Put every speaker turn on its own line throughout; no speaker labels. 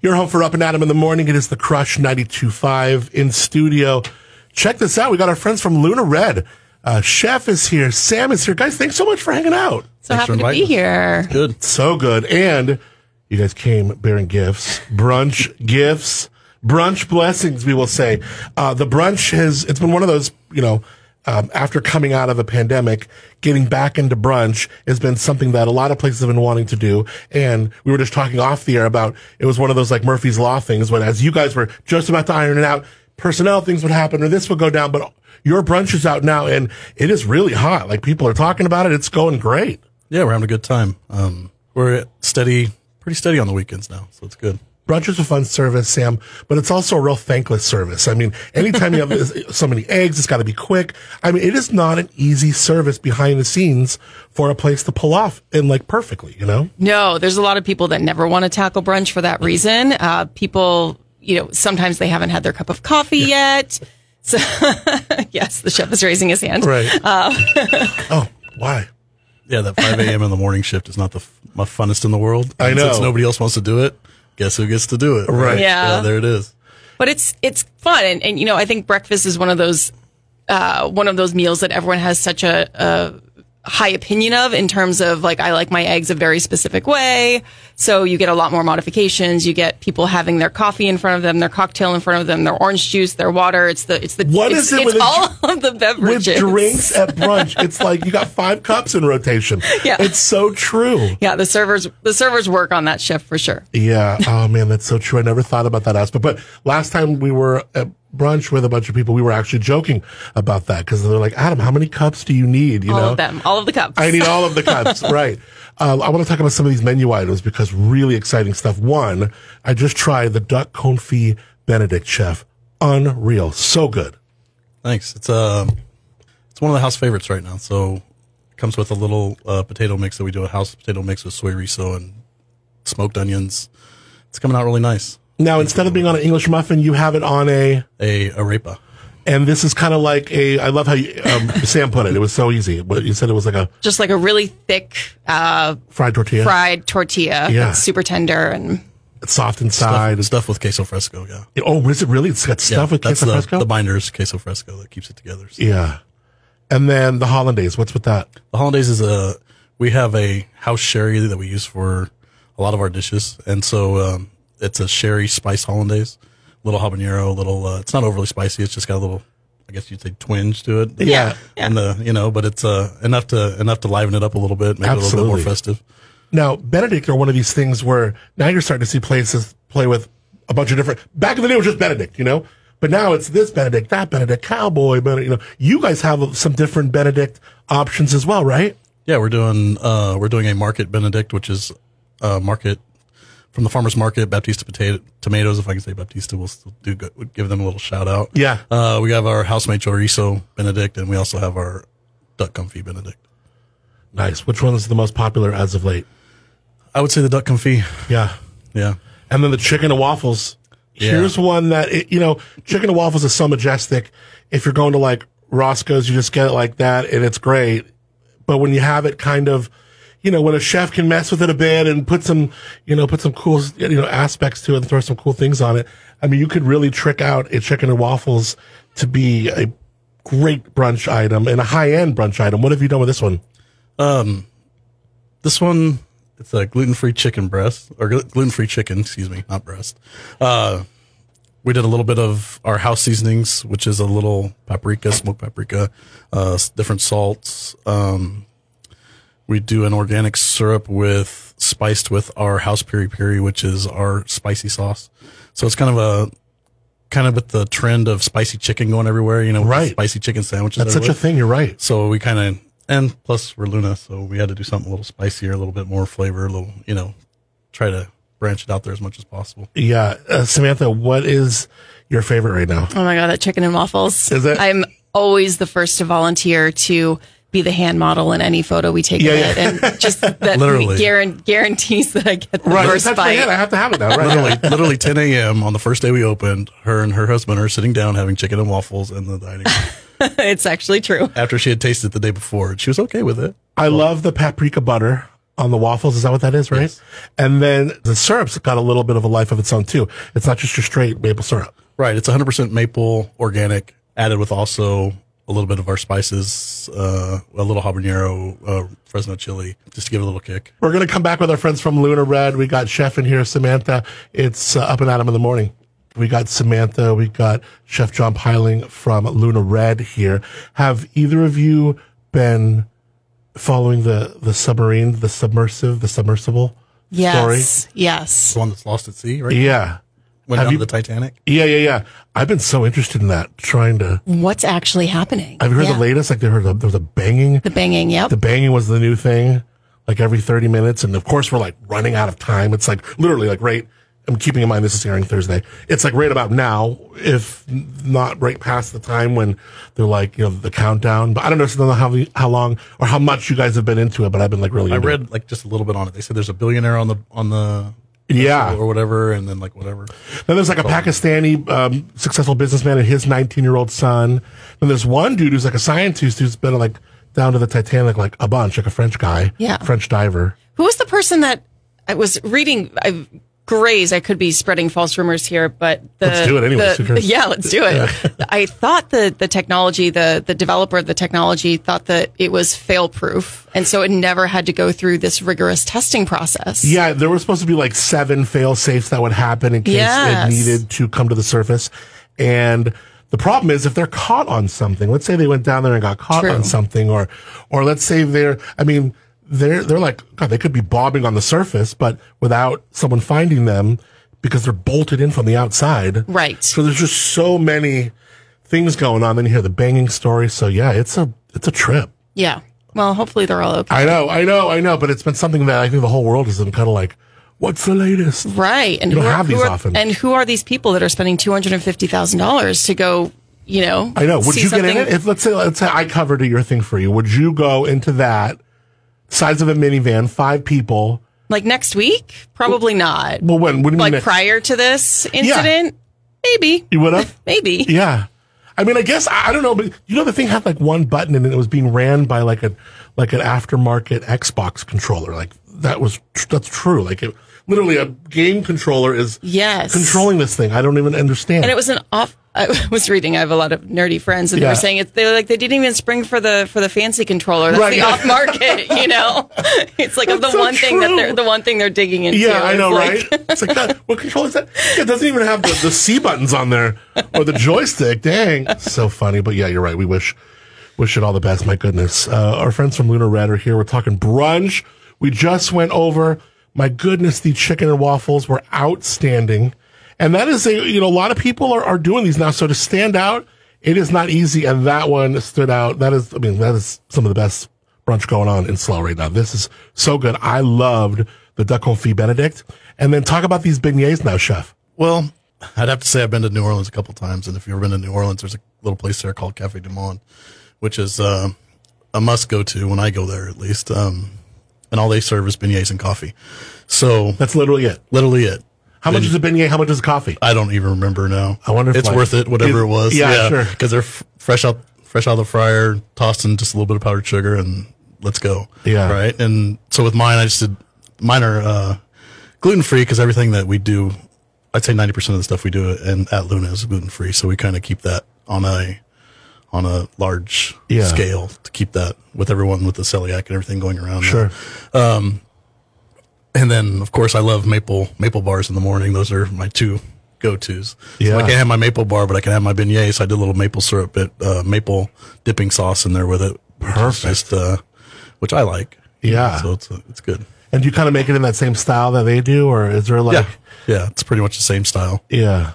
You're home for Up and Adam in the morning. It is the Crush 92.5 in studio. Check this out. We got our friends from Luna Red. Uh, Chef is here. Sam is here. Guys, thanks so much for hanging out.
So happy to be here.
Good.
So good. And you guys came bearing gifts, brunch gifts, brunch blessings, we will say. Uh, the brunch has, it's been one of those, you know, um, after coming out of a pandemic, getting back into brunch has been something that a lot of places have been wanting to do. And we were just talking off the air about it was one of those like Murphy's Law things when as you guys were just about to iron it out, personnel things would happen or this would go down, but your brunch is out now and it is really hot. Like people are talking about it. It's going great.
Yeah, we're having a good time. Um, we're at steady, pretty steady on the weekends now, so it's good.
Brunch is a fun service, Sam, but it's also a real thankless service. I mean, anytime you have so many eggs, it's got to be quick. I mean, it is not an easy service behind the scenes for a place to pull off and like perfectly, you know?
No, there's a lot of people that never want to tackle brunch for that reason. Uh, people, you know, sometimes they haven't had their cup of coffee yet. So, yes, the chef is raising his hand.
Right. oh, why?
Yeah, that 5 a.m. in the morning shift is not the f- my funnest in the world.
I
And
know.
Since nobody else wants to do it, guess who gets to do it?
Right.
Yeah.
there it is.
But it's it's fun, and, and you know, I think breakfast is one of those uh, one of those meals that everyone has such a, a high opinion of in terms of like I like my eggs a very specific way. So you get a lot more modifications. You get people having their coffee in front of them, their cocktail in front of them, their orange juice, their water. It's the it's the
What is
it's,
it
it's
with a
all
dr-
of the
With
beverages
drinks at brunch, it's like you got five cups in rotation.
Yeah.
It's so true.
Yeah, the servers the servers work on that shift for sure.
Yeah. Oh man, that's so true. I never thought about that aspect. But last time we were at brunch with a bunch of people, we were actually joking about that because they're like, Adam, how many cups do you need? You
all
know,
of them, all of the cups.
I need all of the cups. right. Um, I want to talk about some of these menu items because really exciting stuff. One, I just tried the duck confit Benedict chef. Unreal. So good.
Thanks. It's uh, it's one of the house favorites right now. So it comes with a little uh, potato mix that we do a house potato mix with soy riso and smoked onions. It's coming out really nice.
Now, instead of being on an English muffin, you have it on a,
A arepa.
and this is kind of like a, I love how you, um, Sam put it. It was so easy. What- You said it was like a
Just like a really thick uh,
fried tortilla.
fried tortilla.
Yeah.
It's super tender and
It's soft inside.
Stuff, stuff with queso fresco. Yeah.
Oh, is it really? It's got
Yeah,
stuff with
that's
queso
the,
fresco?
The binders queso fresco that keeps it together. So.
yeah. And then the hollandaise. What's with that?
The hollandaise is a we have a house sherry that we use for a lot of our dishes, and so um, it's a sherry spice hollandaise, little habanero, little. Uh, it's not overly spicy. It's just got a little, I guess you'd say, twinge to it.
Yeah.
And the you know, but it's uh, enough to enough to liven it up a little bit, make it a little bit
Absolutely.
more festive.
Now, Benedict are one of these things where now you're starting to see places play with a bunch of different. Back in the day, it was just Benedict, you know? But now it's this Benedict, that Benedict, cowboy Benedict. You know, you guys have some different Benedict options as well, right?
Yeah, we're doing uh, we're doing a market Benedict, which is uh, market from the farmers market Baptista potato tomatoes. If I can say Baptista, we'll still do go, we'll give them a little shout out.
Yeah.
uh, we have our housemate chorizo Benedict, and we also have our duck confit Benedict.
Nice. Which one is the most popular as of late?
I would say the duck confit.
Yeah.
Yeah,
And then the chicken and waffles. Here's one that, it, you know, chicken and waffles is so majestic. If you're going to like Roscoe's, you just get it like that and it's great. But when you have it kind of, you know, when a chef can mess with it a bit and put some, you know, put some cool, you know, aspects to it and throw some cool things on it. I mean, you could really trick out a chicken and waffles to be a great brunch item and a high end brunch item. What have you done with this one?
this one it's a gluten free chicken breast or gluten free chicken. Excuse me, not breast. Uh, we did a little bit of our house seasonings, which is a little paprika, smoked paprika, uh, s- different salts. Um, we do an organic syrup with spiced with our house piri piri, which is our spicy sauce. So it's kind of a kind of at the trend of spicy chicken going everywhere. You know, with the
Right.
Spicy chicken sandwiches.
That's such a
everywhere.
thing. You're right.
So we kind of, and plus we're Luna, so we had to do something a little spicier, a little bit more flavor, a little, you know, try to branch it out there as much as possible.
Yeah. Uh, Samantha, what is your favorite right now?
Oh my god, that chicken and waffles.
Is it?
I'm always the first to volunteer to be the hand model in any photo we take
Yeah,
of
yeah.
it, and just that
Literally.
guaran- guarantees that I get the
Right.
first
That's my
bite.
hand. I have to have it now. Right.
Literally, literally 10 a.m. on the first day we opened, her and her husband are sitting down having chicken and waffles in the dining room
it's actually true.
after she had tasted it the day before. and She was okay with it.
I love the paprika butter on the waffles. Is that what that is, right? And then the syrup's got a little bit of a life of its own too. It's not just your straight maple syrup.
Right. It's 100% maple, organic, added with also a little bit of our spices, uh, a little habanero, uh, Fresno chili, just to give it a little kick.
We're going to come back with our friends from Luna Red. We got Chef in here, Samantha. It's uh, up and at 'em in the morning. We got Samantha. We got Chef John Piling from Luna Red here. Have either of you been following the, the submarine, the submersive, the submersible
Yes. Yes.
The one that's lost at sea, right?
story? Yeah.
Went
Have
down
you-
to the Titanic.
Yeah, yeah, yeah. I've been so interested in that, trying to.
What's actually happening?
Have you heard
Yeah.
the latest? Like, they heard the, there was a banging.
The banging. Yep.
the banging was the new thing, like every 30 minutes. And of course, we're like running out of time. It's like literally like right. I'm keeping in mind this is airing Thursday. It's like right about now, if not right past the time when they're like, you know, the countdown. But I don't know, I don't know how, how long or how much you guys have been into it, but I've been like really
I
into
read like just a little bit on it. They said there's a billionaire on the, on the,
it. Yeah.
or whatever, and then like whatever.
Then there's like a Pakistani um, successful businessman and his 19 year old son. Then there's one dude who's like a scientist who's been like down to the Titanic like a bunch, like a French guy,
Yeah.
French diver.
Who was the person that I was reading? I graze. I could be spreading false rumors here, but the,
Let's do it anyways, who
The,
cares?
yeah, let's do it. I thought the the technology, the the developer of the technology, thought that it was fail proof, and so it never had to go through this rigorous testing process.
Yeah, there were supposed to be like seven fail safes that would happen in case
Yes.
it needed to come to the surface. And the problem is if they're caught on something, let's say they went down there and got caught
True.
on something, or or let's say they're I mean, they're they're like God, they could be bobbing on the surface, but without someone finding them because they're bolted in from the outside.
Right.
So there's just so many things going on. Then you hear the banging story. So yeah, it's a it's a trip.
Yeah. Well, hopefully they're all okay.
I know, I know, I know, but it's been something that I think the whole world has been kind of like, what's the latest?
Right. And
You
who
don't
are,
have
who
these
are-
often.
And who are these people that are spending two hundred and fifty thousand dollars to go? You know.
I know. Would
see
you get in
something-
it? If let's say let's say I covered your thing for you, would you go into that size of a minivan, five people?
like next week? Probably not.
Well, when? What do you
like
mean?
prior to this incident, maybe.
you would have?
Maybe.
yeah. I mean, I guess I I don't know, but you know, the thing had like one button and it was being ran by like a like an aftermarket Xbox controller. Like that was tr- that's true. Like it, literally, a game controller is
Yes.
controlling this thing. I don't even understand.
And it was an off. I was reading. I have a lot of nerdy friends, and they
Yeah.
were saying it's they were like they didn't even spring for the for the fancy controller. That's
Right.
the off market. You know, it's like of the
That's so
one thing that
true.
they're the one thing they're digging into.
Yeah, I
It's
know,
like-
right? It's like that. What control is that? It doesn't even have the, the C buttons on there or the joystick. Dang, so funny. But yeah, you're right. We wish wish it all the best. My goodness, uh, our friends from Lunar Red are here. We're talking brunch. We just went over. My goodness, the chicken and waffles were outstanding, and that is a you know a lot of people are, are doing these now. So to stand out, it is not easy. And that one stood out. That is, I mean, that is some of the best brunch going on in Slow right now. This is so good. I loved the duck confit Benedict. And then talk about these beignets now, chef.
Well, I'd have to say I've been to New Orleans a couple times, and if you've ever been to New Orleans, there's a little place there called Cafe Du Monde, which is uh, a must go to when I go there at least. Um, and all they serve is beignets and coffee. So
That's literally it.
literally it.
How much is a beignet? How much is coffee?
I don't even remember now.
I wonder if,
it's
like-
worth it, whatever
Is-
it was.
yeah, sure.
Because they're f- fresh out, fresh out of the fryer, tossed in just a little bit of powdered sugar, and let's go.
Yeah.
right. And so with mine, I just did mine are uh, gluten free because everything that we do, I'd say ninety percent of the stuff we do and at Luna is gluten free. So we kind of keep that on a on a large
Yeah.
scale to keep that with everyone with the celiac and everything going around.
Sure.
And then, of course, I love maple maple bars in the morning. Those are my two go tos.
Yeah.
So I can't have my maple bar, but I can have my beignet. So I did a little maple syrup, bit, uh, maple dipping sauce in there with it. which is
Perfect.
Just, uh, which I like.
Yeah.
So it's it's good.
And do you kind of make it in that same style that they do, or is there like,
Yeah. Yeah. It's pretty much the same style.
Yeah.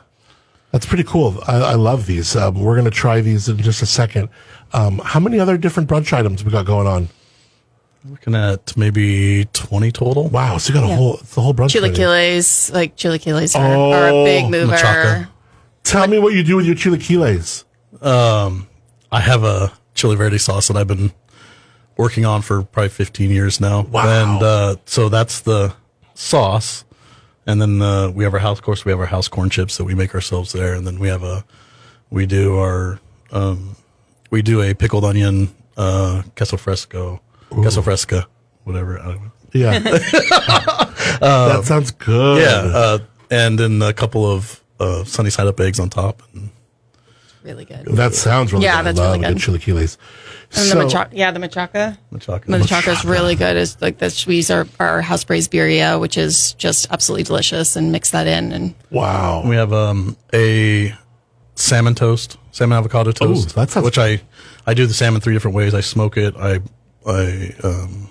That's pretty cool. I, I love these. Uh, we're going to try these in just a second. Um, how many other different brunch items we got going on?
Looking at maybe 20 total.
Wow. So you got a
Yeah.
whole, it's the whole brunch. menu.
Chilaquiles, like chilaquiles are, are a
Oh,
big mover.
machaca.
Tell me what you do with your chilaquiles.
I have a chili verde sauce that I've been working on for probably 15 years now.
Wow.
And uh, so that's the sauce. And then uh, we have our house, of course, we have our house corn chips that we make ourselves there. And then we have a, we do our, um, we do a pickled onion uh, queso fresco, queso fresca, whatever. I don't know.
Yeah. that sounds good.
Yeah, uh, and then a couple of uh, sunny side up eggs on top. And
Really good. And
That sounds really
Yeah,
good.
that's
I love
really
a
good.
chilaquiles.
the
So-
machaca, yeah, the machaca.
machaca.
The machaca is really good. It's like that's we use our, our house braised birria, which is just absolutely delicious, and mix that in. And
wow.
We have um, a salmon toast, salmon avocado toast.
that sounds-
which I I do the salmon three different ways. I smoke it. I I um,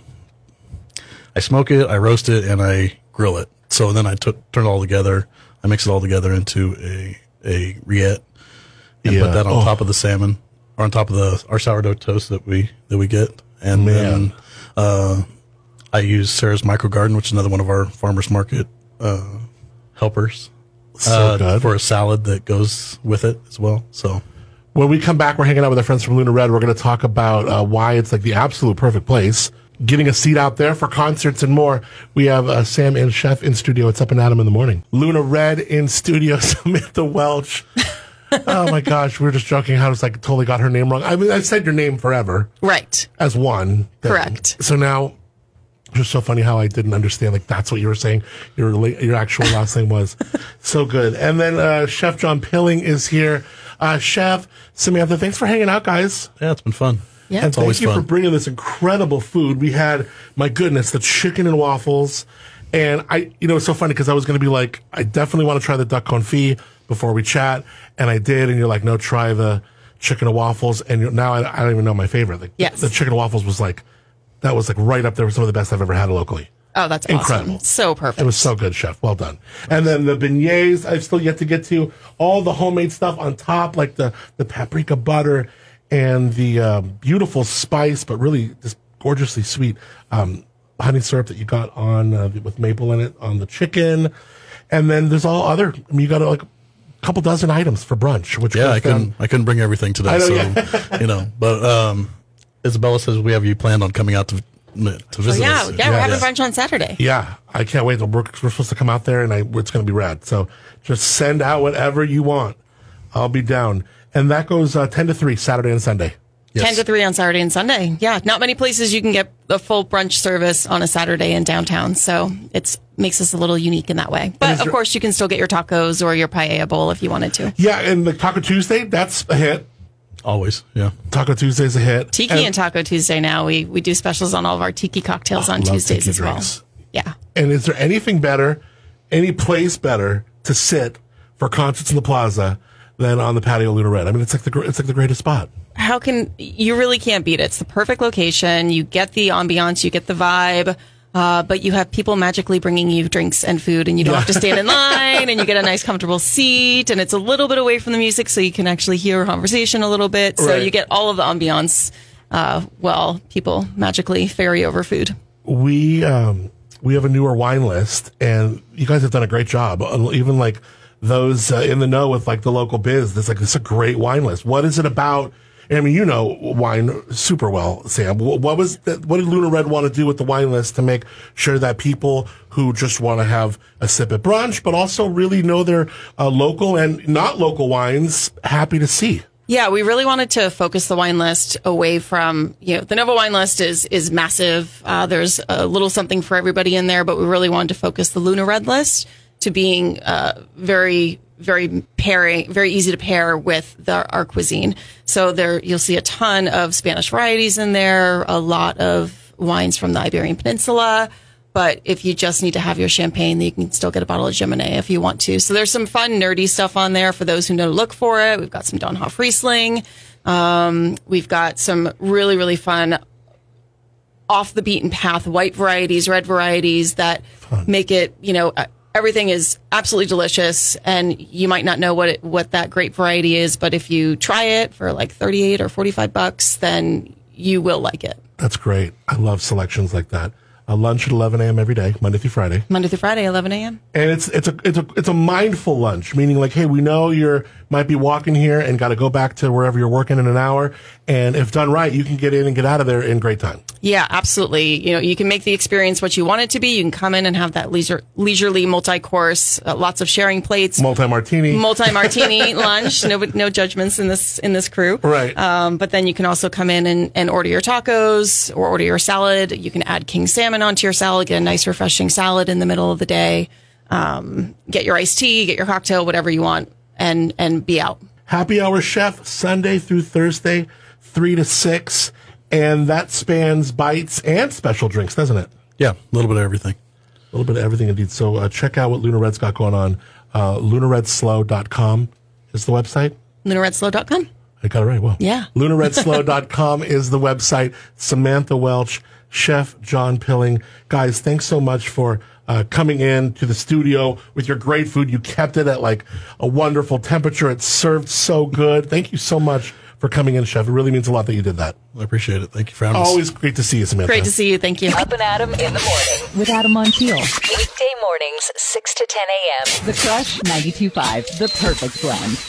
I smoke it. I roast it, and I grill it. So then I took turn it all together. I mix it all together into a a rillette and
Yeah.
put that on
Oh.
top of the salmon or on top of the our sourdough toast that we that we get. And then uh, I use Sarah's Micro Garden, which is another one of our farmers market uh, helpers
So
uh,
good.
for a salad that goes with it as well. So
When we come back, we're hanging out with our friends from Luna Red. We're going to talk about uh, why it's like the absolute perfect place, getting a seat out there for concerts and more. We have uh, Sam and Chef in studio. It's up and at 'em in the morning. Luna Red in studio, Samantha Welch. oh my gosh, we were just joking how it's like totally got her name wrong. I mean, I've said your name forever
right,
as one. thing.
Correct.
So now, it's just so funny how I didn't understand. Like that's what you were saying. Your la- your actual last name was so good. And then uh, Chef John Pilling is here. Uh, Chef Samantha, thanks for hanging out, guys.
yeah, it's been fun.
Yeah.
and
it's
thank
always
you
fun.
for bringing this incredible food. We had my goodness, the chicken and waffles. And I, you know, it's so funny because I was going to be like, I definitely want to try the duck confit before we chat, and I did. And you're like, no, try the chicken and waffles. And you're, now I, I don't even know my favorite. Like,
Yes.
the chicken and waffles was like, that was like right up there with some of the best I've ever had locally.
oh, that's
Incredible.
awesome. so perfect.
It was so good, chef. Well done. And then the beignets, I've still yet to get to all the homemade stuff on top, like the the paprika butter and the um, beautiful spice, but really just gorgeously sweet um, honey syrup that you got on uh, with maple in it on the chicken. And then there's all other. I mean, you got like a couple dozen items for brunch, which
Yeah,
goes
I
down-
couldn't I couldn't bring everything today,
know,
so
yeah.
you know. But um, Isabella says we have you planned on coming out to to visit
Oh, yeah,
us.
yeah, we're having
yeah.
brunch on Saturday.
Yeah, I can't wait. We're, we're supposed to come out there, and I, it's going to be rad. So just send out whatever you want. I'll be down. And that goes uh, ten to three Saturday and Sunday.
Yes.
10 to 3 on Saturday and Sunday. Yeah, not many places you can get the full brunch service on a Saturday in downtown. So it makes us a little unique in that way. But of course, you can still get your tacos or your paella bowl if you wanted to.
Yeah, and the Taco Tuesday, that's a hit.
Always, yeah.
Taco Tuesday's a hit.
Tiki and, Taco Tuesday now. We we do specials on all of our tiki cocktails on
love
Tuesdays
tiki
as
drinks.
well. Yeah.
And is there anything better, any place better to sit for concerts in the plaza than on the patio Luna Red? I mean, it's like the gr- it's like the greatest spot.
How can you really can't beat it? It's the perfect location. You get the ambiance, you get the vibe. Uh, but you have people magically bringing you drinks and food, and you don't have to stand in line, and you get a nice, comfortable seat, and it's a little bit away from the music, so you can actually hear a conversation a little bit. So
Right.
you get all of the ambiance uh, while people magically ferry over food.
we um, we have a newer wine list, and you guys have done a great job. Uh, Even like those uh, in the know with like the local biz, this like this is a great wine list. What is it about? I mean, you know wine super well, Sam. Wh- What was the, what did Luna Red want to do with the wine list to make sure that people who just want to have a sip at brunch, but also really know their uh, local and not local wines, happy to see.
Yeah, we really wanted to focus the wine list away from you know the Nova wine list is is massive. Uh, there's a little something for everybody in there, but we really wanted to focus the Luna Red list to being uh, very very pairing very easy to pair with the, our cuisine. So there you'll see a ton of Spanish varieties in there, a lot of wines from the Iberian Peninsula. But if you just need to have your champagne, then you can still get a bottle of Gemini if you want to. So there's some fun, nerdy stuff on there for those who know to look for it. We've got some Donhoff Riesling. Um, we've got some really, really fun off the beaten path white varieties, red varieties that make it, you know, uh, everything is absolutely delicious and you might not know what it, what that grape variety is, but if you try it for like 38 or 45 bucks, then you will like it.
That's great. I love selections like that. Uh, lunch at 11 a.m. every day, Monday through Friday.
Monday through Friday, 11 a.m.
and it's it's a it's a it's a mindful lunch, meaning like, hey, we know you're might be walking here and got to go back to wherever you're working in an hour, and if done right, you can get in and get out of there in great time.
Yeah, absolutely. You know, you can make the experience what you want it to be. You can come in and have that leisure, leisurely multi-course, uh, lots of sharing plates,
Multi martini,
multi-martini lunch. No, no judgments in this in this crew.
Right.
Um, but then you can also come in and, and order your tacos or order your salad. You can add king salmon salmon onto your salad, get a nice refreshing salad in the middle of the day. Um, get your iced tea, get your cocktail, whatever you want, and and be out.
Happy Hour Chef, Sunday through Thursday, 3 to 6. And that spans bites and special drinks, doesn't it?
Yeah, a little bit of everything.
A little bit of everything indeed. So uh, check out what Luna Red's got going on. Uh, lunaredslow.com is the website.
LunaRedSlow.com.
I got it right. Well,
Yeah.
LunaRedSlow.com is the website. Samantha Welch, Chef John Pilling. Guys, thanks so much for uh, coming in to the studio with your great food. You kept it at like a wonderful temperature. It served so good. Thank you so much for coming in, Chef. It really means a lot that you did that.
I appreciate it. Thank you for having us.
Always great to see you, Samantha.
Great to see you. Thank you.
Up and Adam in the morning.
with Adam Montiel.
Weekday mornings, 6 to 10 a.m.
The Crush 92.5, the perfect blend.